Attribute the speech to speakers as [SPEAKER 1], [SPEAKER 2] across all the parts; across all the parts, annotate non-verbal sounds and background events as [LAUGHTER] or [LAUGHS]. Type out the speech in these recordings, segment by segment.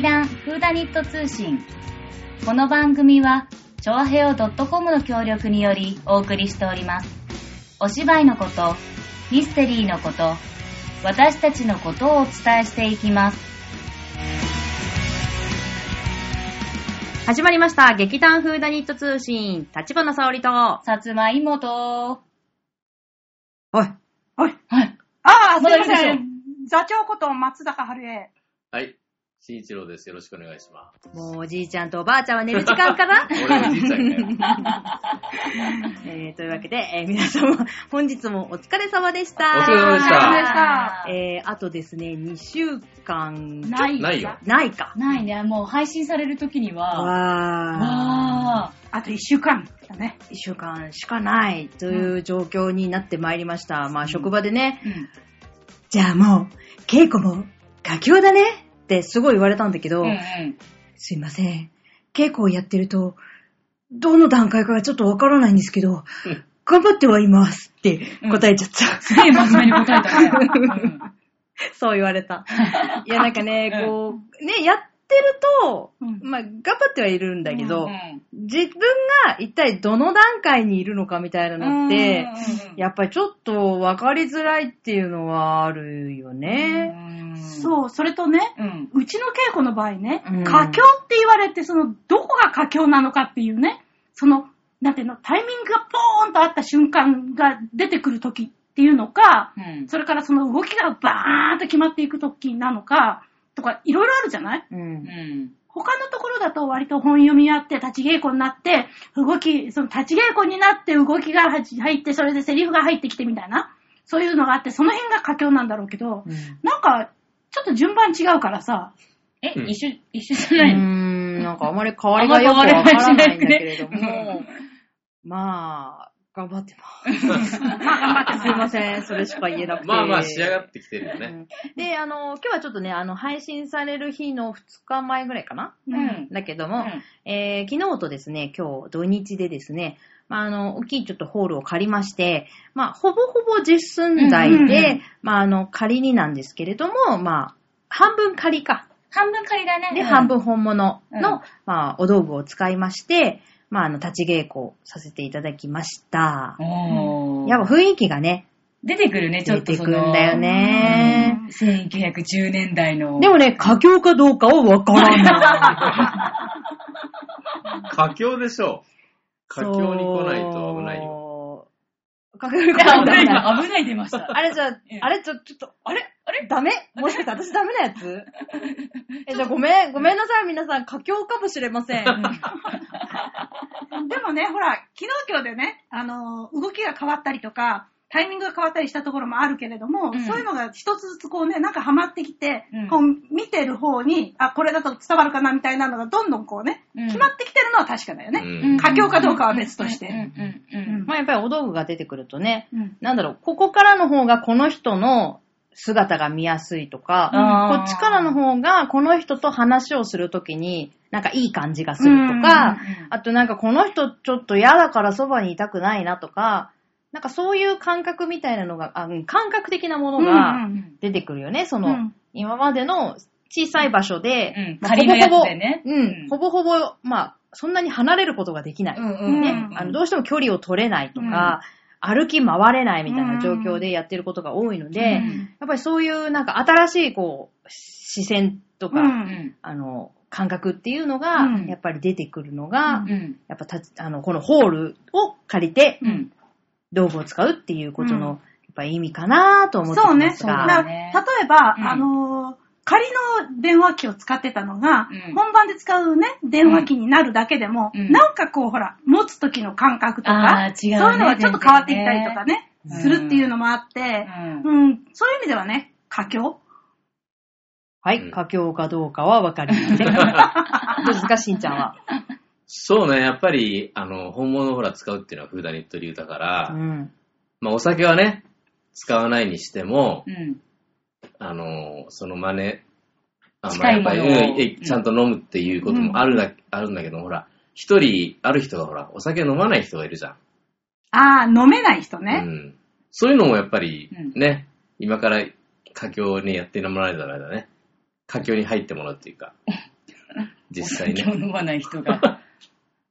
[SPEAKER 1] 談フーダニット通信。この番組は、チョアヘオ .com の協力によりお送りしております。お芝居のこと、ミステリーのこと、私たちのことをお伝えしていきます。
[SPEAKER 2] 始まりました。劇団フーダニット通信、立花沙織と。は
[SPEAKER 1] さつまいもと、
[SPEAKER 2] い。はい。
[SPEAKER 1] はい。
[SPEAKER 3] ああ、す
[SPEAKER 1] まだい
[SPEAKER 3] いま
[SPEAKER 1] いでし
[SPEAKER 3] せ
[SPEAKER 1] ょ
[SPEAKER 3] ん。座長こと松坂春江。
[SPEAKER 4] はい。新一郎です。よろしくお願いしま
[SPEAKER 2] もうおじいちゃんとおばあちゃんは寝る時間か [LAUGHS] な
[SPEAKER 4] す。俺おじいちゃんがやる。
[SPEAKER 2] えー、というわけで、えー皆様、本日もお疲れ様でした。
[SPEAKER 4] お疲れ様でしたお疲れ様
[SPEAKER 3] でした
[SPEAKER 2] えー、あとですね、2週間、
[SPEAKER 3] ない
[SPEAKER 4] ないよ。
[SPEAKER 2] ないか。
[SPEAKER 1] ないね、もう配信される時には、
[SPEAKER 2] わー。
[SPEAKER 1] わ
[SPEAKER 3] あと一週間だね。
[SPEAKER 2] 1週間しかないという状況になってまいりました。まあ、職場でね、
[SPEAKER 1] ーうん
[SPEAKER 2] じゃあもう、稽古も、佳境だねってすごい言われたんだけど、
[SPEAKER 1] うんうん
[SPEAKER 2] すいません。稽古をやってると、どの段階かがちょっとわからないんですけど、頑張ってはいますって答えちゃった。
[SPEAKER 1] すげえ真面目に答えたね。うん
[SPEAKER 2] [LAUGHS] そう言われた。 [LAUGHS] いや、なんかね、
[SPEAKER 1] うん
[SPEAKER 2] こう、ね、やってると、
[SPEAKER 3] うん
[SPEAKER 2] まあ、頑張ってはいるんだけど、
[SPEAKER 1] うん
[SPEAKER 2] 自分が一体どの段階にいるのかみたいなのって、やっぱりちょっと分かりづらいっていうのはあるよね。
[SPEAKER 1] う。
[SPEAKER 3] そう、それとね、
[SPEAKER 1] うん。
[SPEAKER 3] うちの稽古の場合ね
[SPEAKER 2] うん、
[SPEAKER 3] 佳境って言われて、その、どこが佳境なのかっていうね、その、なんていうの、タイミングがポーンとあった瞬間が出てくる時っていうのか、
[SPEAKER 1] うん。
[SPEAKER 3] それからその動きがバーンと決まっていく時なのか、とか、いろいろあるじゃない
[SPEAKER 2] うん。
[SPEAKER 3] 他のところだと割と本読みやって立ち稽古になって、動き、その立ち稽古になって動きが入って、それでセリフが入ってきてみたいな、そういうのがあって、その辺が佳境なんだろうけど、なんか、ちょっと順番違うからさ、
[SPEAKER 1] え、
[SPEAKER 4] うん
[SPEAKER 1] 一緒、一緒じ
[SPEAKER 2] う
[SPEAKER 1] ゃないの
[SPEAKER 2] ん、なんかあまり変わりがよくわからないんだけれど
[SPEAKER 1] あんま変わりはしない
[SPEAKER 2] も、まあ、頑張ってます。
[SPEAKER 3] まあ頑張って
[SPEAKER 2] すいません、それしか言えなくて。
[SPEAKER 4] まあまあ仕上がってきてるよ
[SPEAKER 2] う
[SPEAKER 4] ね。
[SPEAKER 2] んで、あの、今日はちょっとね、あの、配信される日の2日前ぐらいかな
[SPEAKER 3] う。
[SPEAKER 1] うんん
[SPEAKER 2] だけども、えー昨日とですね、今日土日でですね、まあ、あの、大きいちょっとホールを借りまして、まあ、ほぼほぼ実寸大で、
[SPEAKER 3] うんうんうん
[SPEAKER 2] まあ、あの、仮になんですけれども、まあ、半分仮か。
[SPEAKER 1] 半分仮だね。
[SPEAKER 2] で、
[SPEAKER 1] うん
[SPEAKER 2] 半。分本物の、
[SPEAKER 1] うん
[SPEAKER 2] まあ、お道具を使いまして、まあ、あの、立ち稽古をさせていただきました。
[SPEAKER 1] おー
[SPEAKER 2] やっぱ雰囲気がね、
[SPEAKER 1] 出てくるね、ちょ
[SPEAKER 2] 出
[SPEAKER 1] っと
[SPEAKER 2] て
[SPEAKER 1] そ
[SPEAKER 2] くん
[SPEAKER 1] の。
[SPEAKER 2] だよね。
[SPEAKER 1] 1910年代の。 [LAUGHS]
[SPEAKER 2] でもね、佳境かどうかはわからない。
[SPEAKER 4] 佳境でしょう。 [LAUGHS] 佳境に来ないと危ないよ。
[SPEAKER 2] よ。佳境に来
[SPEAKER 1] 危
[SPEAKER 2] ないと
[SPEAKER 1] ない
[SPEAKER 2] 危
[SPEAKER 4] [LAUGHS]
[SPEAKER 2] ない。
[SPEAKER 1] 今、危ない出ました。
[SPEAKER 2] あれじゃ
[SPEAKER 1] ええ、
[SPEAKER 2] あれちょ、ちょっと、あれあれダメもしかして私ダメなや
[SPEAKER 4] [LAUGHS]
[SPEAKER 2] つえ、じゃあごめん、ごめんなさい皆さん、佳境かもしれま
[SPEAKER 4] [LAUGHS]
[SPEAKER 2] せん。
[SPEAKER 3] でもね、ほら、昨日今日でね、あのー動きが変わったりとか、タイミングが変わったりしたところもあるけれども、
[SPEAKER 1] うん
[SPEAKER 3] そういうのが一つずつこうね、なんかハマってきて、
[SPEAKER 1] うん
[SPEAKER 3] こう見てる方に、あ、これだと伝わるかなみたいなのがどんどんこうね、
[SPEAKER 1] うん
[SPEAKER 3] 決まってきてるのは確かだよ
[SPEAKER 4] う
[SPEAKER 3] ね。
[SPEAKER 4] ん。
[SPEAKER 3] 佳境かどうかは別とし
[SPEAKER 1] うん
[SPEAKER 3] て。
[SPEAKER 1] うんうん。
[SPEAKER 2] まあやっぱりお道具が出てくるとね、
[SPEAKER 3] うん
[SPEAKER 2] なんだろう、ここからの方がこの人の姿が見やすいとか、こ
[SPEAKER 1] あー
[SPEAKER 2] っちからの方がこの人と話をするときに、なんかいい感じがするとか、あとなんかこの人ちょっと嫌だからそばにいたくないなとか、なんかそういう感覚みたいなのが、あうん感覚的なもの
[SPEAKER 3] うん
[SPEAKER 2] が
[SPEAKER 3] うん
[SPEAKER 2] 出てくるよね。その、
[SPEAKER 3] うん
[SPEAKER 2] 今までの小さい場所で、
[SPEAKER 1] うん
[SPEAKER 2] まあ
[SPEAKER 1] 仮のやつでね
[SPEAKER 2] ほぼほぼ、うん
[SPEAKER 1] うん
[SPEAKER 2] ほぼほぼ、まあ、そんなに離れることができない。
[SPEAKER 1] うんうん
[SPEAKER 3] ね
[SPEAKER 1] うん。
[SPEAKER 2] あのどうしても距離を取れないとか、歩き回れないみたいな状況でやってることが多いので、
[SPEAKER 1] うん
[SPEAKER 2] やっぱりそういうなんか新しいこう、視線とか、
[SPEAKER 3] うん
[SPEAKER 1] うん
[SPEAKER 2] あの、感覚っていうのが、
[SPEAKER 3] うん
[SPEAKER 2] やっぱり出てくるのが、
[SPEAKER 3] うん
[SPEAKER 1] うん。
[SPEAKER 2] やっぱたち、あの、このホールを借りて、
[SPEAKER 1] うん。
[SPEAKER 2] 道具を使うっていうことの、
[SPEAKER 3] うん
[SPEAKER 2] やっぱり意味かなと思って
[SPEAKER 3] そう
[SPEAKER 2] ま
[SPEAKER 3] ね。
[SPEAKER 2] す
[SPEAKER 3] だ
[SPEAKER 2] が。
[SPEAKER 3] か
[SPEAKER 1] そ
[SPEAKER 3] ら
[SPEAKER 1] うだね
[SPEAKER 3] 例えば、
[SPEAKER 1] うん
[SPEAKER 3] あのー仮の電話機を使ってたのが、
[SPEAKER 1] うん
[SPEAKER 3] 本番で使うね、電話機になるだけでも、
[SPEAKER 1] うん
[SPEAKER 3] なんかこう、ほら、持つ時の感覚と
[SPEAKER 1] あ
[SPEAKER 3] か、
[SPEAKER 1] ー違うね
[SPEAKER 3] そういうのがちょっと変わってきたりとかね、
[SPEAKER 1] 全然ね
[SPEAKER 3] するっていうのもあって、
[SPEAKER 1] うん
[SPEAKER 3] うん、そういう意味ではね、佳境
[SPEAKER 2] は
[SPEAKER 4] う
[SPEAKER 2] い、
[SPEAKER 4] ん
[SPEAKER 2] 佳境かどうかはわかり
[SPEAKER 3] [LAUGHS]
[SPEAKER 2] ません。どうですか、しんちゃんは。
[SPEAKER 4] そうね、やっぱり、あの、本物をほら使うっていうのはフーダニット流だか
[SPEAKER 2] う
[SPEAKER 4] ら、
[SPEAKER 2] ん。
[SPEAKER 4] まあお酒はね、使わないにしても
[SPEAKER 1] う、ん。
[SPEAKER 4] あの、その真似、あ
[SPEAKER 1] 近いものを
[SPEAKER 4] まあやっぱりうんえちゃんと飲むっていうこともあるだ、あるんだけど、ほら、一人、ある人がほら、お酒飲まない人がいるじゃん。
[SPEAKER 3] ああ、飲めない人
[SPEAKER 4] う
[SPEAKER 3] ね。
[SPEAKER 4] ん、そういうのもやっぱり
[SPEAKER 1] うん
[SPEAKER 4] ね、
[SPEAKER 2] [LAUGHS]
[SPEAKER 4] 今から佳境にやってもらえたらだね、佳境に入ってもらうっていうか、実
[SPEAKER 1] [LAUGHS]
[SPEAKER 4] 際ね
[SPEAKER 1] お。酒を飲まない人が。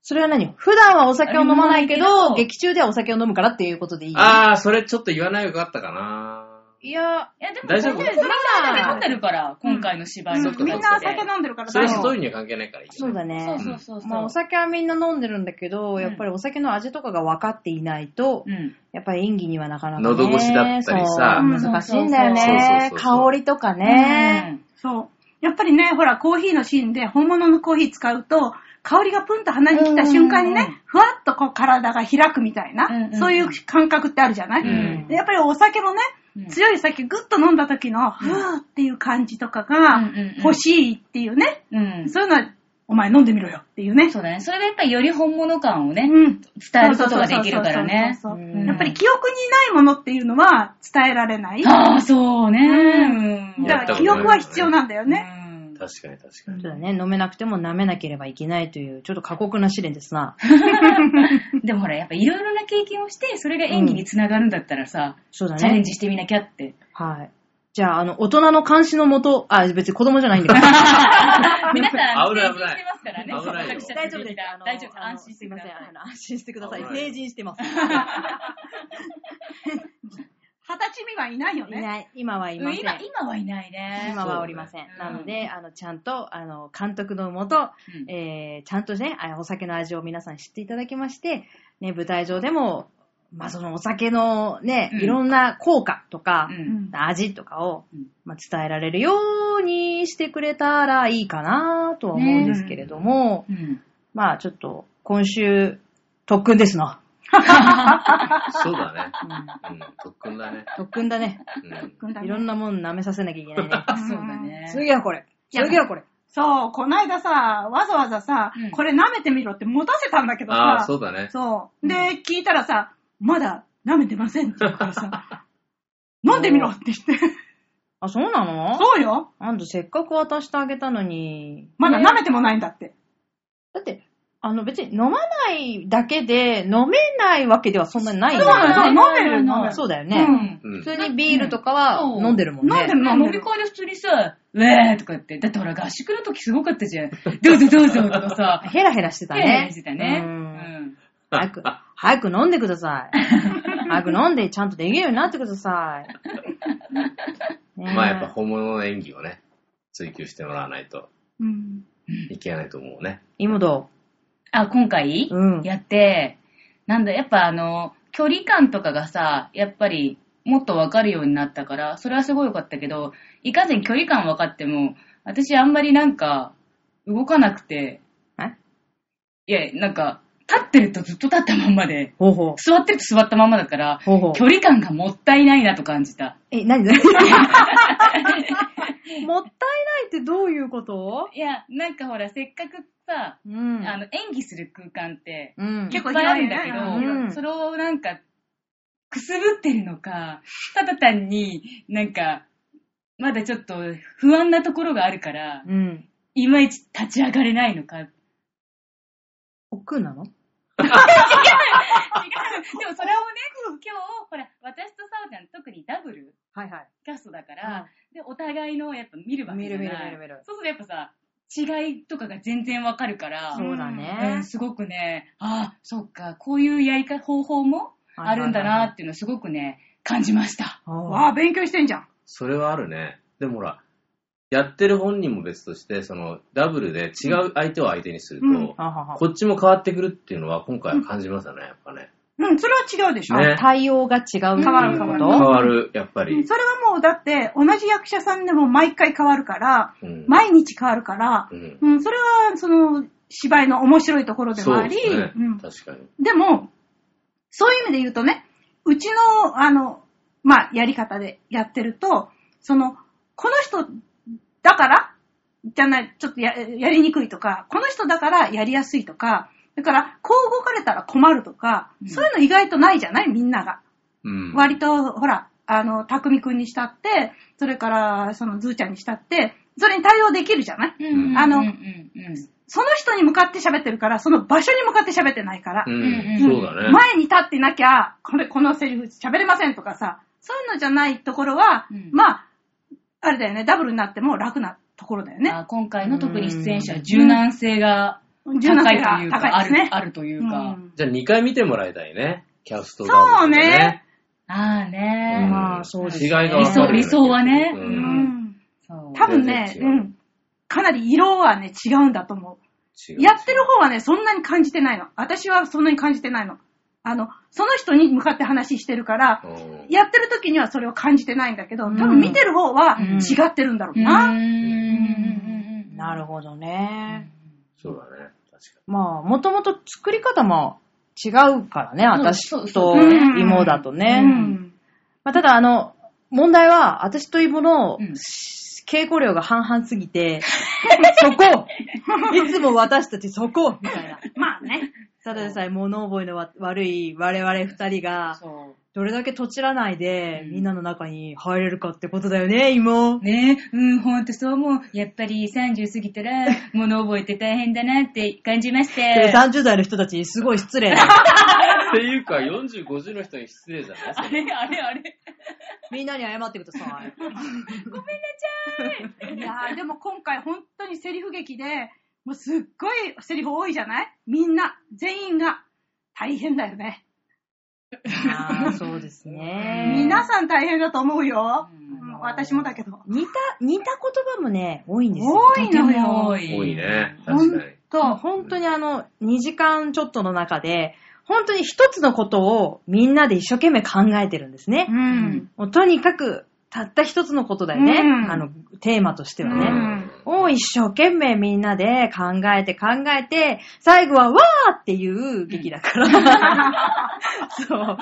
[SPEAKER 2] それは何普段はお酒を飲まないけ
[SPEAKER 1] 飲まないけ
[SPEAKER 2] ど、
[SPEAKER 1] ど
[SPEAKER 2] 劇中ではお酒を飲むからっていうことでいい
[SPEAKER 4] あー、それちょっと言わないよかったかない
[SPEAKER 2] や、
[SPEAKER 1] いや、でも、
[SPEAKER 4] 大丈夫
[SPEAKER 1] これみんなお酒飲んでるから、今回の芝居の
[SPEAKER 4] そ
[SPEAKER 1] こと
[SPEAKER 4] っか
[SPEAKER 1] で
[SPEAKER 3] みんなお酒飲んでるから
[SPEAKER 4] それ
[SPEAKER 3] 大
[SPEAKER 4] は
[SPEAKER 3] 丈
[SPEAKER 4] ス
[SPEAKER 3] 夫
[SPEAKER 4] トーリーには関係ないからいいよ
[SPEAKER 2] そうだね。
[SPEAKER 1] そうそうそうそう。
[SPEAKER 2] まあお酒はみんな飲んでるんだけど、
[SPEAKER 1] ん
[SPEAKER 2] やっぱりお酒の味とかが分かっていないと、
[SPEAKER 1] うん。
[SPEAKER 2] やっぱり演技にはなかなか、ね。
[SPEAKER 4] 喉越しだったりさ
[SPEAKER 2] そう難しいんだよね。
[SPEAKER 4] そうそうそうそう
[SPEAKER 2] 香りとかね。
[SPEAKER 3] そう。やっぱりね、ほら、コーヒーのシーンで本物のコーヒー使うと、香りがプンと鼻に来た瞬間に
[SPEAKER 1] うんうんうん
[SPEAKER 3] ね、ふわっとこう体が開くみたいな、
[SPEAKER 1] うんうんうん
[SPEAKER 3] そういう感覚ってあるじゃない、
[SPEAKER 4] うん
[SPEAKER 3] でやっぱりお酒もね、
[SPEAKER 1] うん
[SPEAKER 3] 強い酒グッと飲んだ時の、ふーっていう感じとかが
[SPEAKER 1] うんうんうん
[SPEAKER 3] 欲しいっていうね、
[SPEAKER 1] うん。
[SPEAKER 3] そういうのは、お前飲んでみろよっていうね。
[SPEAKER 1] そうだね。それがやっぱりより本物感をね、
[SPEAKER 3] うん
[SPEAKER 1] 伝えることができるからね。
[SPEAKER 3] そうそうそうそう
[SPEAKER 2] う
[SPEAKER 3] そ
[SPEAKER 2] ん
[SPEAKER 3] うやっぱり記憶にないものっていうのは伝えられない。だ
[SPEAKER 1] ああ、そうね。うん。
[SPEAKER 4] や
[SPEAKER 3] か
[SPEAKER 4] っ
[SPEAKER 3] ら
[SPEAKER 4] たことない
[SPEAKER 3] 記憶は必要なんだよね。
[SPEAKER 1] うん
[SPEAKER 4] 確かに確か
[SPEAKER 2] そう
[SPEAKER 4] に。
[SPEAKER 2] だね。飲めなくても舐めなければいけないという、ちょっと過酷な試練ですな。
[SPEAKER 1] でもほら、やっぱいろいろな経験をして、それが演技につながるんだったらさ、
[SPEAKER 2] そうだ
[SPEAKER 1] チャレン
[SPEAKER 2] ね。
[SPEAKER 1] ジしてみなきゃって。
[SPEAKER 2] はい。じゃあ、あの、大人の監視のもと、あ、別に子供じゃない
[SPEAKER 1] [LAUGHS]
[SPEAKER 2] んだけど。
[SPEAKER 1] 皆さん、
[SPEAKER 4] 危ない危
[SPEAKER 1] 成人
[SPEAKER 4] ない
[SPEAKER 1] してますからね。
[SPEAKER 4] 危ないよ
[SPEAKER 1] 作者
[SPEAKER 2] 大丈夫
[SPEAKER 1] 的
[SPEAKER 2] です
[SPEAKER 1] な。。大丈夫です。安心してください。
[SPEAKER 2] あの安心してください。
[SPEAKER 4] 危ない
[SPEAKER 2] 成人してます。
[SPEAKER 3] 二十歳未満いないよ
[SPEAKER 2] い
[SPEAKER 3] ね。
[SPEAKER 2] ない。今はい
[SPEAKER 1] うん
[SPEAKER 2] ません。
[SPEAKER 1] 今、今はいないね。
[SPEAKER 2] 今はおりません。
[SPEAKER 1] そうだ
[SPEAKER 2] な
[SPEAKER 1] ね
[SPEAKER 2] ので、あの、ちゃんと、あの、監督のもと、
[SPEAKER 1] うん
[SPEAKER 2] えー、ちゃんとね、あお酒の味を皆さん知っていただきまして、ね、舞台上でも、まあ、そのお酒のね、
[SPEAKER 1] うん
[SPEAKER 2] いろんな効果とか、
[SPEAKER 1] うん
[SPEAKER 2] 味とかを
[SPEAKER 1] うん、
[SPEAKER 2] まあ、伝えられるようにしてくれたらいいかなとは思うんですけれども、
[SPEAKER 1] うん。
[SPEAKER 2] まあ、ちょっと、今週、特訓ですな。
[SPEAKER 4] そう
[SPEAKER 2] [LAUGHS]
[SPEAKER 4] だね。
[SPEAKER 2] うん
[SPEAKER 4] うん、特訓だね。
[SPEAKER 2] 特訓だね。
[SPEAKER 4] うん。
[SPEAKER 3] 軍
[SPEAKER 2] [LAUGHS]
[SPEAKER 3] 団
[SPEAKER 2] い
[SPEAKER 3] ね
[SPEAKER 2] ろんなもん舐めさせなきゃいけないね。
[SPEAKER 1] そうだね。
[SPEAKER 2] [LAUGHS] 次はこれ。次はこれ。
[SPEAKER 3] そう、こないださ、わざわざさ、
[SPEAKER 1] うん
[SPEAKER 3] これ舐めてみろって持たせたんだけど
[SPEAKER 4] ああ、
[SPEAKER 3] さ、
[SPEAKER 4] そうだね。
[SPEAKER 3] そう。で、聞いたらさ、まだ舐めてませんって言うからさ、飲んでみろって言って。
[SPEAKER 2] あ、そうなの
[SPEAKER 3] そうよ。
[SPEAKER 2] あんたせっかく渡してあげたのに。
[SPEAKER 3] まだ舐めてもないんだって。
[SPEAKER 2] だって、あの別に飲まないだけで飲めないわけではそんなにないよ
[SPEAKER 3] そうなのよ、飲める
[SPEAKER 1] そうなの
[SPEAKER 3] の。
[SPEAKER 2] そうだよ
[SPEAKER 3] う
[SPEAKER 2] ね。
[SPEAKER 3] ん。
[SPEAKER 4] うん。
[SPEAKER 2] 普通にビールとかは
[SPEAKER 1] うん
[SPEAKER 2] 飲んでるもんね。
[SPEAKER 3] 飲んでる
[SPEAKER 1] ね飲み会で普通にさ、ウェーとか言って、だってほら合宿の時すごかったじゃん。どうぞどうぞとか
[SPEAKER 2] [LAUGHS]
[SPEAKER 1] さ、
[SPEAKER 2] ヘラヘラしてた
[SPEAKER 1] ヘラヘ
[SPEAKER 2] ね
[SPEAKER 1] ラ。してたね。
[SPEAKER 2] う
[SPEAKER 1] うんん。
[SPEAKER 2] 早く、早く飲んでくださ
[SPEAKER 1] [LAUGHS]
[SPEAKER 2] い。早く飲んでちゃんとできるようになってくだ
[SPEAKER 1] [LAUGHS]
[SPEAKER 2] さい。ねえ
[SPEAKER 4] まあやっぱ本物の演技をね、追求してもらわないと
[SPEAKER 3] うん。
[SPEAKER 4] いけないと思うね。
[SPEAKER 2] 今ど
[SPEAKER 1] あ、今回
[SPEAKER 2] うん
[SPEAKER 1] やって、なんだ、やっぱあの、距離感とかがさ、やっぱりもっとわかるようになったから、それはすごい良かったけど、いかんせん距離感分かっても、私あんまりなんか、動かなくて、
[SPEAKER 2] え
[SPEAKER 1] いや、なんか、立ってるとずっと立ったまんまで、
[SPEAKER 2] うほうほ
[SPEAKER 1] 座ってると座ったままだから、
[SPEAKER 2] う。ほうほう
[SPEAKER 1] 距離感がもったいないなと感じた。
[SPEAKER 2] え、何
[SPEAKER 1] [LAUGHS]
[SPEAKER 2] 何もったいないってどういうこと
[SPEAKER 1] いや、なんかほら、せっかくさ、
[SPEAKER 2] うん
[SPEAKER 1] あの、演技する空間って、
[SPEAKER 2] うん。
[SPEAKER 1] 結
[SPEAKER 3] 結
[SPEAKER 1] 構
[SPEAKER 3] 構
[SPEAKER 1] いっぱいあ
[SPEAKER 3] 広
[SPEAKER 1] る
[SPEAKER 3] い
[SPEAKER 1] んだけど、
[SPEAKER 2] ねうん
[SPEAKER 1] それをなんか、くすぶってるのか、ただ単になんか、まだちょっと不安なところがあるから、
[SPEAKER 2] うん。
[SPEAKER 1] いまいち立ち上がれないのか。違う
[SPEAKER 2] 億劫な
[SPEAKER 1] で
[SPEAKER 2] の
[SPEAKER 1] もそれをね、今日、ほら、私とさおちゃん特にダブル
[SPEAKER 2] はいはい。
[SPEAKER 1] キャストだから、で、お互いのやっぱ見るわけじゃない
[SPEAKER 2] 見る見る見る見る
[SPEAKER 1] そうするとやっぱさ、違いとかが全然わかるから、
[SPEAKER 2] そうだ
[SPEAKER 1] う
[SPEAKER 2] ね
[SPEAKER 1] ん、。すごくね、ああ、そっか、こういうやり方、方法もあるんだなっていうのをすごくね、感じました。
[SPEAKER 3] わ
[SPEAKER 2] は
[SPEAKER 3] あ、勉強してんじゃん。
[SPEAKER 4] それはあるね。でもほら、やってる本人も別として、その、ダブルで違う相手を相手にすると、
[SPEAKER 3] うん
[SPEAKER 2] あは
[SPEAKER 4] こっちも変わってくるっていうのは今回は感じますよね、やっぱね。
[SPEAKER 3] うん、それは違うでしょ。
[SPEAKER 4] ね
[SPEAKER 2] あ。対応が違うっていう
[SPEAKER 3] 変わる変
[SPEAKER 2] こ
[SPEAKER 3] わる
[SPEAKER 4] 変
[SPEAKER 2] と
[SPEAKER 4] わる、やっぱ
[SPEAKER 3] うん
[SPEAKER 4] り。
[SPEAKER 3] それはもうだって、同じ役者さんでも毎回変わるから、
[SPEAKER 4] うん。
[SPEAKER 3] 毎日変わるから、
[SPEAKER 4] うん。
[SPEAKER 3] うん、それは、その、芝居の面白いところでも
[SPEAKER 4] そ
[SPEAKER 3] あ
[SPEAKER 4] う
[SPEAKER 3] り、
[SPEAKER 4] ですね
[SPEAKER 3] う。ん、
[SPEAKER 4] 確かに。
[SPEAKER 3] でも、そういう意味で言うとね、うちの、あの、まあ、やり方でやってると、その、この人だから、じゃない、ちょっとややりにくいとか、この人だからやりやすいとか、だから、こう動かれたら困るとか、
[SPEAKER 1] うん
[SPEAKER 3] そういうの意外とないじゃないみんなが。
[SPEAKER 4] うん。
[SPEAKER 3] 割と、ほら、あの、たくみくんにしたって、それから、その、ずーちゃんにしたって、それに対応できるじゃない
[SPEAKER 4] ん
[SPEAKER 1] あの、
[SPEAKER 3] うんその人に向かって喋ってるから、その場所に向かって喋ってないから
[SPEAKER 4] う、
[SPEAKER 1] うん
[SPEAKER 4] ん。そうだね。
[SPEAKER 3] 前に立ってなきゃ、これ、このセリフ喋れませんとかさ、そういうのじゃないところは、
[SPEAKER 1] うん
[SPEAKER 3] まあ、あれだよね、ダブルになっても楽なところだよね。
[SPEAKER 5] あ今回の特に出演者は柔軟性が
[SPEAKER 3] 柔軟
[SPEAKER 5] 高
[SPEAKER 3] 性
[SPEAKER 5] いと
[SPEAKER 3] が
[SPEAKER 5] いう
[SPEAKER 3] 高
[SPEAKER 5] か、あ
[SPEAKER 3] いですね
[SPEAKER 5] る、。あるという
[SPEAKER 3] う
[SPEAKER 5] か。
[SPEAKER 3] ん
[SPEAKER 4] じゃあ2回見てもらいたいね。キャスト
[SPEAKER 3] そう
[SPEAKER 4] が。
[SPEAKER 3] ね。
[SPEAKER 5] ああ
[SPEAKER 4] うん
[SPEAKER 5] ね、
[SPEAKER 2] まあそうです
[SPEAKER 4] 違いが分かるよね
[SPEAKER 5] 理想理想はね
[SPEAKER 4] う
[SPEAKER 3] うんん
[SPEAKER 5] そう
[SPEAKER 3] 多分ね、う。
[SPEAKER 4] 全然違うん
[SPEAKER 3] かなり色はね、違うんだと思う。
[SPEAKER 4] 違う
[SPEAKER 3] やってる方はね、そんなに感じてないの。私はそんなに感じてないの。あの、その人に向かって話してるから、
[SPEAKER 4] うん
[SPEAKER 3] やってる時にはそれを感じてないんだけど、多
[SPEAKER 2] うん
[SPEAKER 3] 分見てる方は
[SPEAKER 5] うん
[SPEAKER 3] 違ってるんだろう
[SPEAKER 5] うー
[SPEAKER 3] な。
[SPEAKER 5] ん。
[SPEAKER 2] なるほどね。
[SPEAKER 4] そうだね。確か
[SPEAKER 2] まあ、もともと作り方も違うからね、私
[SPEAKER 5] そう
[SPEAKER 2] と
[SPEAKER 5] そうそう
[SPEAKER 3] ね
[SPEAKER 2] 妹だとね。
[SPEAKER 3] うん
[SPEAKER 2] まあ、ただ、あの、問題は、私と妹の
[SPEAKER 5] うん
[SPEAKER 2] 稽古量が半々すぎて、そこいつも私たちそこみたいな。
[SPEAKER 3] まあね。
[SPEAKER 2] ただでさえ物覚えのわ悪い我々二人が、
[SPEAKER 5] そ
[SPEAKER 2] どれだけとちらないで、
[SPEAKER 5] うん
[SPEAKER 2] みんなの中に入れるかってことだよね、妹
[SPEAKER 5] う。。ねえ、うん、ほんとそう思う。やっぱり30過ぎたら、物覚えて大変だなって感じまし
[SPEAKER 2] で
[SPEAKER 5] て。
[SPEAKER 2] 30代の人たちにすごい失礼な。
[SPEAKER 4] に。っていうか、40、50の人に失礼じゃない
[SPEAKER 5] あれあれあれ。
[SPEAKER 2] みんなに謝ってください。
[SPEAKER 3] いやーでも今回本当にセリフ劇で、もうすっごいセリフ多いじゃないみんな、全員が。大変だよね。
[SPEAKER 2] あーそうですね。
[SPEAKER 3] 皆さん大変だと思うよ。
[SPEAKER 5] うん
[SPEAKER 3] うん私もだけど。
[SPEAKER 2] 似た、似た言葉もね、多いんですよ。
[SPEAKER 3] 多
[SPEAKER 5] と
[SPEAKER 3] い
[SPEAKER 5] て
[SPEAKER 3] の
[SPEAKER 5] も多
[SPEAKER 3] よ。
[SPEAKER 5] い。
[SPEAKER 4] 多いね。
[SPEAKER 3] ほん
[SPEAKER 4] 確かに。
[SPEAKER 2] と、
[SPEAKER 3] と、
[SPEAKER 2] 本当にあの、2時間ちょっとの中で、本当に一つのことをみんなで一生懸命考えてるんですね。
[SPEAKER 3] うん。
[SPEAKER 2] もうとにかく、たった一つのことだよね。
[SPEAKER 3] うん
[SPEAKER 2] あの、テーマとしては
[SPEAKER 4] う
[SPEAKER 2] ね。
[SPEAKER 4] ん
[SPEAKER 2] を一生懸命みんなで考えて考えて、最後はわーっていう劇だから。 [LAUGHS] そう。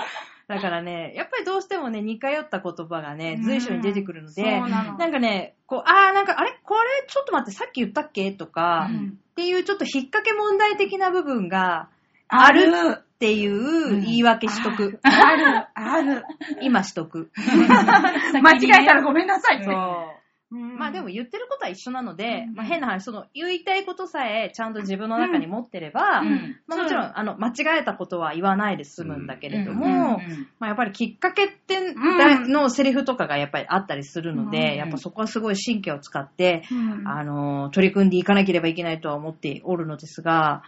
[SPEAKER 2] だからね、やっぱりどうしてもね、似通った言葉がね、随所に出てくるので、
[SPEAKER 3] そうなの。
[SPEAKER 2] なんかね、こう、あーなんか、あれこれ、ちょっと待って、さっき言ったっけとか、
[SPEAKER 5] う
[SPEAKER 2] っ
[SPEAKER 5] ん
[SPEAKER 2] ていう、ちょっと引っ掛け問題的な部分があ
[SPEAKER 3] あ
[SPEAKER 2] る
[SPEAKER 3] る
[SPEAKER 2] っていう言い訳しとく。
[SPEAKER 3] ある、あ
[SPEAKER 2] [LAUGHS]
[SPEAKER 3] る。
[SPEAKER 2] 今しとく。
[SPEAKER 3] 間違えたらごめんなさい。
[SPEAKER 2] そう。
[SPEAKER 3] うん
[SPEAKER 2] まあでも、言ってることは一緒なので、
[SPEAKER 5] うん
[SPEAKER 2] まあ変な話、その、言いたいことさえ、ちゃんと自分の中に持ってれば、
[SPEAKER 5] うん
[SPEAKER 2] まあもちろん、あの、間違えたことは言わないで済むんだけれども、
[SPEAKER 5] [LAUGHS] うん
[SPEAKER 2] まあやっぱりきっかけって、
[SPEAKER 3] ん
[SPEAKER 2] だのセリフとかがやっぱりあったりするの
[SPEAKER 5] う
[SPEAKER 2] で、
[SPEAKER 5] ん
[SPEAKER 2] やっぱそこはすごい神経を使って、
[SPEAKER 3] うん
[SPEAKER 2] あの、取り組んでいかなければいけないとは思っておるのですが、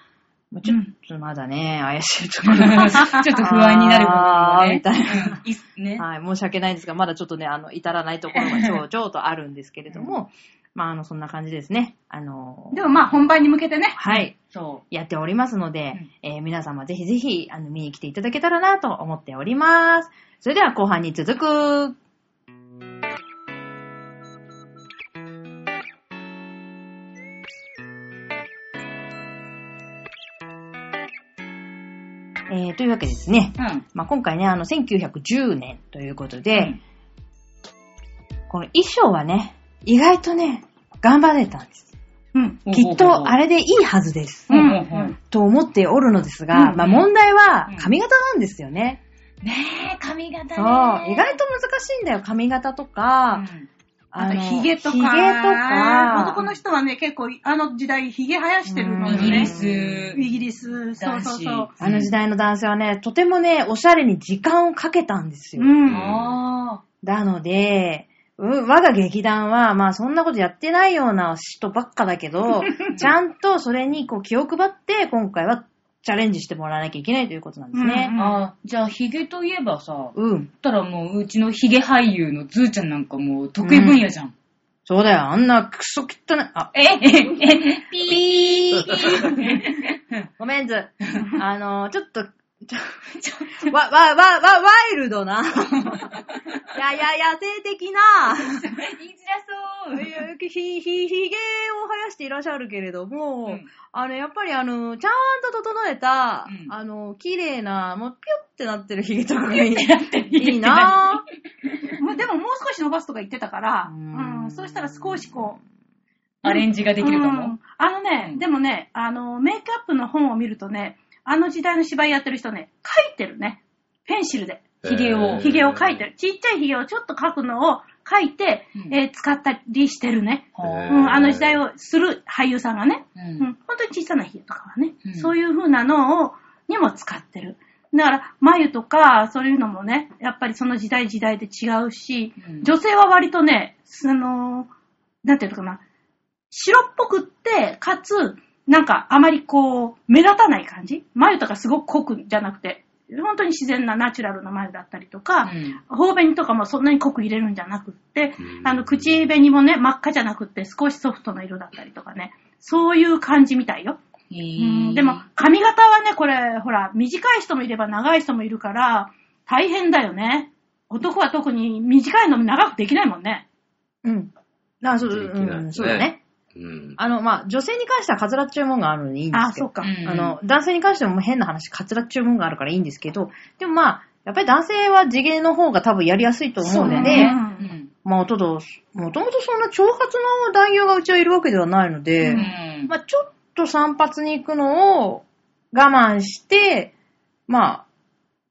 [SPEAKER 2] まあちょっとまだね、怪しいところが。
[SPEAKER 5] ちょっと不安になる
[SPEAKER 2] あーみ
[SPEAKER 5] 部
[SPEAKER 2] た
[SPEAKER 5] 分
[SPEAKER 2] い
[SPEAKER 5] もね。う
[SPEAKER 2] な
[SPEAKER 5] んいっすね。
[SPEAKER 2] [LAUGHS] はい、申し訳ないんですが、まだちょっとね、あの、至らないところがちょうちょうとあるんですけれども、まあ、あの、そんな感じですね。あの、
[SPEAKER 3] でもまあ本番に向けてね。
[SPEAKER 2] はい、
[SPEAKER 5] そ
[SPEAKER 2] やっておりますので、えー皆様ぜひぜひ、あの、見に来ていただけたらなと思っております。それでは後半に続く。えーというわけですね。
[SPEAKER 5] う。うん。
[SPEAKER 2] まあ、今回ね、あの、1910年ということで、
[SPEAKER 5] うん
[SPEAKER 2] この衣装はね、意外とね、頑張れたんです。
[SPEAKER 3] うん。
[SPEAKER 2] きっと、あれでいいはずです。
[SPEAKER 5] うんうん
[SPEAKER 3] う
[SPEAKER 5] うん
[SPEAKER 3] ん
[SPEAKER 2] と思っておるのですが、
[SPEAKER 5] うん
[SPEAKER 2] まあ問題は
[SPEAKER 5] うん
[SPEAKER 2] 髪型なんですよね。
[SPEAKER 5] ねえ、髪型ね。
[SPEAKER 2] そう、意外と難しいんだよ、髪型とか、
[SPEAKER 3] あと、
[SPEAKER 2] の
[SPEAKER 3] ヒゲとか。
[SPEAKER 2] ヒゲとか
[SPEAKER 3] 男の人はね、結構、あの時代、ヒゲ生やしてるの
[SPEAKER 5] うん。イ
[SPEAKER 3] で
[SPEAKER 5] ギリ
[SPEAKER 3] ね。
[SPEAKER 5] ス。
[SPEAKER 3] イギリス。そうそうそう。
[SPEAKER 2] あの時代の男性はね、とてもね、おしゃれに時間をかけたんですよ。
[SPEAKER 3] うん。
[SPEAKER 5] あ
[SPEAKER 2] なので、う我が劇団は、まあそんなことやってないような人ばっかだけど、
[SPEAKER 3] [LAUGHS]
[SPEAKER 2] ちゃんとそれにこう気を配って、今回はチャレンジしてもらわなきゃいけないということなんですね。
[SPEAKER 5] あ。あーじゃあ、ヒゲといえばさ、
[SPEAKER 2] うん、
[SPEAKER 5] ったらもう、うちのヒゲ俳優のズーちゃんなんかもう得意分野じゃん。
[SPEAKER 2] そうだよ、あんなクソ汚い、あ、
[SPEAKER 5] えええ
[SPEAKER 2] ピー [LAUGHS] ごめん [LAUGHS] ず。あの、ちょっと、ちょ、ちょ、わ、わ、わ、わ、ワイルドな。 [LAUGHS] いや、いや、野生的な。
[SPEAKER 5] 言いづらそう。
[SPEAKER 2] ひ、ひ、ひげを生やしていらっしゃるけれども、
[SPEAKER 5] うん
[SPEAKER 2] あの、やっぱりあの、ちゃんと整えた、
[SPEAKER 5] うん
[SPEAKER 2] あの、綺麗な、もうピョってなってるヒゲとかがい
[SPEAKER 5] ヒ
[SPEAKER 2] い。
[SPEAKER 5] ゲ
[SPEAKER 2] いいなぁ。
[SPEAKER 3] まあでも、もう少し伸ばすとか言ってたから、
[SPEAKER 2] う
[SPEAKER 3] うんん。そうしたら少しこう。
[SPEAKER 5] アレンジができるか
[SPEAKER 3] う
[SPEAKER 5] も
[SPEAKER 3] ん。あのね
[SPEAKER 5] う、ん
[SPEAKER 3] でもね、あの、メイクアップの本を見るとね、あの時代の芝居やってる人ね、書いてるね。ペンシルで。
[SPEAKER 5] ヒゲを
[SPEAKER 3] ヒゲを描いてる。ちっちゃいヒゲをちょっと描くのを描いて、
[SPEAKER 5] うん
[SPEAKER 3] えー使ったりしてるね。
[SPEAKER 5] は
[SPEAKER 4] へ
[SPEAKER 5] あ
[SPEAKER 4] ー
[SPEAKER 3] うん、あの時代をする俳優さんがね。
[SPEAKER 5] う
[SPEAKER 3] うんん、本当に小さなヒゲとかはね、
[SPEAKER 5] うん
[SPEAKER 3] そういう風なのを、にも使ってる。だから、眉とか、そういうのもね、やっぱりその時代時代で違うし、
[SPEAKER 5] うん
[SPEAKER 3] 女性は割とね、その、なんていうのかな、白っぽくって、かつ、なんかあまりこう、目立たない感じ眉とかすごく濃くじゃなくて、本当に自然なナチュラルな眉だったりとか、頬紅とかもそんなに濃く入れるんじゃなくって、
[SPEAKER 4] うん
[SPEAKER 3] あの、口紅もね、真っ赤じゃなくって少しソフトな色だったりとかね、そういう感じみたいよ。
[SPEAKER 5] へ
[SPEAKER 3] う
[SPEAKER 5] ー
[SPEAKER 3] んでも、髪型はね、これ、ほら、短い人もいれば長い人もいるから、大変だよね。男は特に短いのも長くできないもんね。
[SPEAKER 2] うん。あそう、
[SPEAKER 4] できないですね
[SPEAKER 2] うん、そうだね。
[SPEAKER 4] うん。
[SPEAKER 2] あの、まあ、女性に関してはカツラっちゅうもんがあるのでいいんで
[SPEAKER 3] あ、
[SPEAKER 2] すけ
[SPEAKER 3] そう
[SPEAKER 2] ど、
[SPEAKER 3] か。
[SPEAKER 5] うん
[SPEAKER 2] あの、男性に関しても変な話、カツラっちゅうもんがあるからいいんですけど、でもまあ、やっぱり男性は地毛の方が多分やりやすいと思うので、
[SPEAKER 3] そうだね
[SPEAKER 5] うん
[SPEAKER 2] まあ、ただ、もともとそんな長髪の男優がうちはいるわけではないので、
[SPEAKER 5] うん
[SPEAKER 2] まあ、ちょっと散髪に行くのを我慢して、まあ、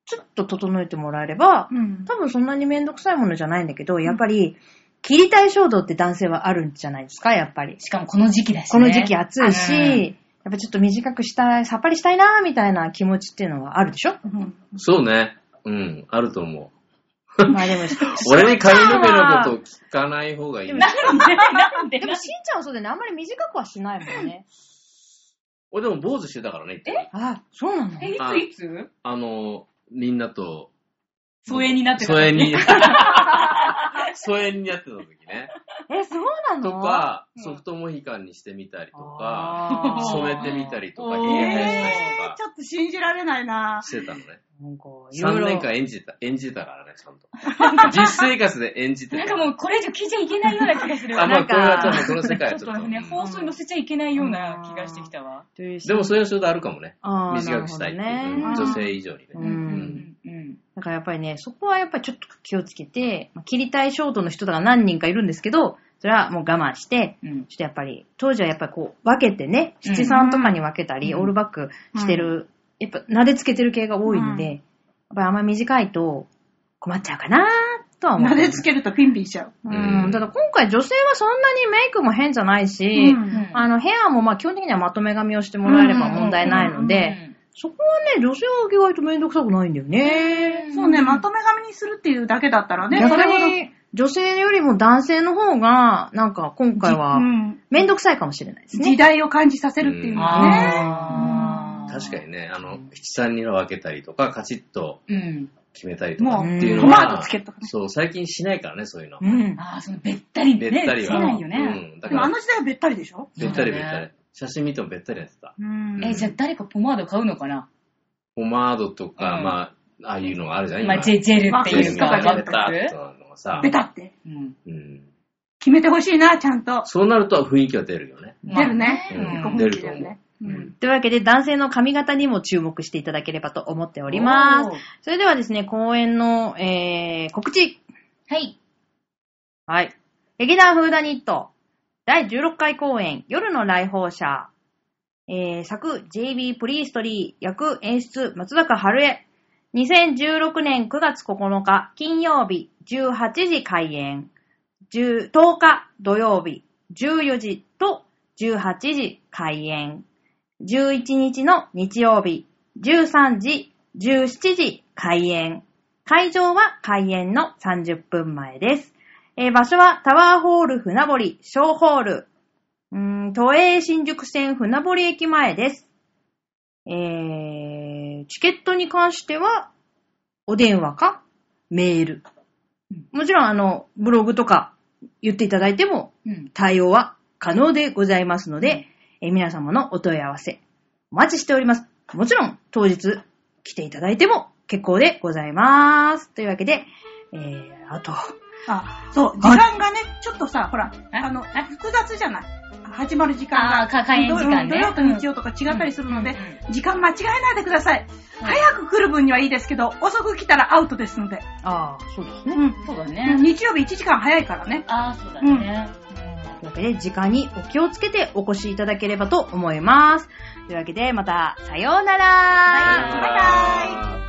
[SPEAKER 2] ちょっと整えてもらえれば、
[SPEAKER 3] うん。
[SPEAKER 2] 多分そんなにめんどくさいものじゃないんだけど、やっぱり、切りたい衝動って男性はあるんじゃないですか、やっぱり。
[SPEAKER 5] しかもこの時期だしね。
[SPEAKER 2] この時期暑いし、
[SPEAKER 5] うん
[SPEAKER 2] やっぱちょっと短くしたい、さっぱりしたいな、みたいな気持ちっていうのはあるで [LAUGHS] しょ
[SPEAKER 3] うん
[SPEAKER 4] そうね。うん、あると思う。
[SPEAKER 2] まあでも、
[SPEAKER 4] 俺に髪の毛のことを聞かない方がいい。
[SPEAKER 3] なんで
[SPEAKER 2] でもしんちゃんはそうだよね、あんまり短くはしないもんね。
[SPEAKER 4] 俺でも坊主してたからね。
[SPEAKER 2] [LAUGHS] あ、そうなの
[SPEAKER 5] え、いついつ
[SPEAKER 4] あの、みんなと、
[SPEAKER 5] 疎遠になってた
[SPEAKER 4] 疎
[SPEAKER 5] 時
[SPEAKER 4] 遠に、疎遠にやってた時ね。
[SPEAKER 2] え、そうなの
[SPEAKER 4] とか、
[SPEAKER 5] うん
[SPEAKER 4] ソフトモヒカンにしてみたりとか、
[SPEAKER 2] あー
[SPEAKER 4] 染めてみたりとか、
[SPEAKER 2] お
[SPEAKER 4] ひ
[SPEAKER 2] ー
[SPEAKER 4] げ生やしたり
[SPEAKER 3] えー、
[SPEAKER 4] と
[SPEAKER 3] ちょっと信じられないな
[SPEAKER 4] かしてたのね。
[SPEAKER 2] なんか、いろい
[SPEAKER 4] 3
[SPEAKER 2] ろ
[SPEAKER 4] 年間演じてた、演じてたからね、ちゃんと。実生活で演じて
[SPEAKER 5] なん
[SPEAKER 4] た
[SPEAKER 5] か。もうこれ以上聞いちゃいけないような気がする。
[SPEAKER 4] あ、も
[SPEAKER 2] なん
[SPEAKER 4] う
[SPEAKER 2] か
[SPEAKER 4] これはちょっとこの世界は
[SPEAKER 5] ちょ
[SPEAKER 4] ちょ
[SPEAKER 5] っ
[SPEAKER 4] っ
[SPEAKER 5] と
[SPEAKER 4] と。
[SPEAKER 5] ね、放送に載せちゃいけないような気がしてきたわ。
[SPEAKER 4] でもそういう人であるかもね。
[SPEAKER 2] あー
[SPEAKER 4] 短くしたいって
[SPEAKER 2] なる
[SPEAKER 4] い
[SPEAKER 2] ほど
[SPEAKER 4] う。うん
[SPEAKER 2] ね
[SPEAKER 4] 女性以上にね
[SPEAKER 2] う。ん。
[SPEAKER 5] ん。うん。
[SPEAKER 2] だからやっぱりね、そこはやっぱりちょっと気をつけて、まあ切りたいショートの人が何人かいるんですけど、それはもう我慢して、
[SPEAKER 5] うん。
[SPEAKER 2] ちょっとやっぱり、当時はやっぱりこう、分けてね、七三とかに分けたり、
[SPEAKER 5] うん
[SPEAKER 2] オールバックしてる、やっぱ撫でつけてる系が多いんで、
[SPEAKER 3] うん
[SPEAKER 2] やっぱりあんまり短いと困っちゃうかなとは思う。
[SPEAKER 3] 撫でつけるとピンピンしちゃう。
[SPEAKER 2] うん。ただ今回女性はそんなにメイクも変じゃないし、
[SPEAKER 3] うん
[SPEAKER 2] あの、ヘアもまあ基本的にはまとめ髪をしてもらえれば問題ないので、そこはね、女性は意外とめんどくさくないんだよね。
[SPEAKER 3] そうね、まとめ髪にするっていうだけだったらね、
[SPEAKER 2] 逆
[SPEAKER 3] それほど。
[SPEAKER 2] に、女性よりも男性の方が、なんか今回は
[SPEAKER 3] う、ん
[SPEAKER 2] めんどくさいかもしれないです
[SPEAKER 3] 時
[SPEAKER 2] ね。
[SPEAKER 3] 代を感じさせるっていうのはね。
[SPEAKER 5] あー
[SPEAKER 4] 確か。にね、あの、七三に分けたりとか、カチッと
[SPEAKER 5] うん。
[SPEAKER 4] 決めたりと
[SPEAKER 3] も
[SPEAKER 4] かっ
[SPEAKER 2] う
[SPEAKER 4] て
[SPEAKER 2] ん
[SPEAKER 4] いう
[SPEAKER 3] う、
[SPEAKER 4] の
[SPEAKER 3] トマー
[SPEAKER 4] は
[SPEAKER 3] トつ、けるとかね。
[SPEAKER 4] そう、最近しないからね、そういうの。
[SPEAKER 2] うん。
[SPEAKER 5] ああ、そのべったりね。
[SPEAKER 4] べったり
[SPEAKER 5] つ
[SPEAKER 4] は。
[SPEAKER 5] けないよね。
[SPEAKER 4] うん。だ
[SPEAKER 3] で
[SPEAKER 4] か
[SPEAKER 3] もあ
[SPEAKER 4] ら
[SPEAKER 3] の、時代はべったりでしょ
[SPEAKER 4] べったり
[SPEAKER 5] そう
[SPEAKER 4] べっ
[SPEAKER 5] だ
[SPEAKER 4] た
[SPEAKER 5] ね
[SPEAKER 4] り。写真見てもべったりやってた。
[SPEAKER 3] うん
[SPEAKER 5] え、じゃあ誰かポマード買うのかな
[SPEAKER 4] ポマードとか、
[SPEAKER 5] うん
[SPEAKER 4] まあ、ああいうのがあるじゃん、
[SPEAKER 5] まあ、ジェジェルって
[SPEAKER 4] ジェ
[SPEAKER 5] い
[SPEAKER 4] ル
[SPEAKER 5] う
[SPEAKER 4] み
[SPEAKER 5] か、
[SPEAKER 4] たいな
[SPEAKER 5] ワ
[SPEAKER 4] ベ
[SPEAKER 5] ッ
[SPEAKER 4] タッ
[SPEAKER 5] ク
[SPEAKER 4] となのがさ
[SPEAKER 3] ベ、タって。
[SPEAKER 5] うん。
[SPEAKER 4] うん。
[SPEAKER 3] 決めてほしいな、ちゃんと。
[SPEAKER 4] そうなると雰囲気は出るよね。
[SPEAKER 3] 出るね。
[SPEAKER 5] うん
[SPEAKER 3] うん
[SPEAKER 4] 出ると思う。
[SPEAKER 3] う
[SPEAKER 4] うんん
[SPEAKER 2] というわけで、男性の髪型にも注目していただければと思っております。
[SPEAKER 5] おー
[SPEAKER 2] それではですね、公演の、えー、告知。
[SPEAKER 5] はい。
[SPEAKER 2] はい。劇団フーダニット、第16回公演、夜の来訪者、えー、作 JB プリーストリー、役演出松坂春江、2016年9月9日金曜日18時開演、10, 10日土曜日14時と18時開演、11日の日曜日13時、17時開演、会場は開演の30分前です。えー場所はタワーホール船堀小ホール、うーん都営新宿線船堀駅前です。えー、チケットに関しては、お電話かメール。もちろん、あの、ブログとか言っていただいても
[SPEAKER 5] うん。
[SPEAKER 2] 対応は可能でございますので、えー皆様のお問い合わせ、お待ちしております。もちろん、当日来ていただいても結構でございます。というわけで、えー、あと、
[SPEAKER 3] あ、そう、時間がね、ちょっとさ、ほら、あの、
[SPEAKER 5] あ
[SPEAKER 3] 複雑じゃない始まる時
[SPEAKER 5] あ
[SPEAKER 3] 間
[SPEAKER 5] あ、
[SPEAKER 3] が。
[SPEAKER 5] か開演時間ね。
[SPEAKER 3] 土曜と日曜とか違ったりするので、時間間違えないでください。
[SPEAKER 5] うん
[SPEAKER 3] 早く来る分にはいいですけど、遅く来たらアウトですので。
[SPEAKER 2] ああ、そうですね。
[SPEAKER 3] うん。
[SPEAKER 5] そうだね。
[SPEAKER 3] 日曜日1時間早いからね。
[SPEAKER 5] ああ、そうだね。
[SPEAKER 2] というわけで、時間にお気をつけてお越しいただければと思います。というわけで、また、さようなら
[SPEAKER 4] バイバイ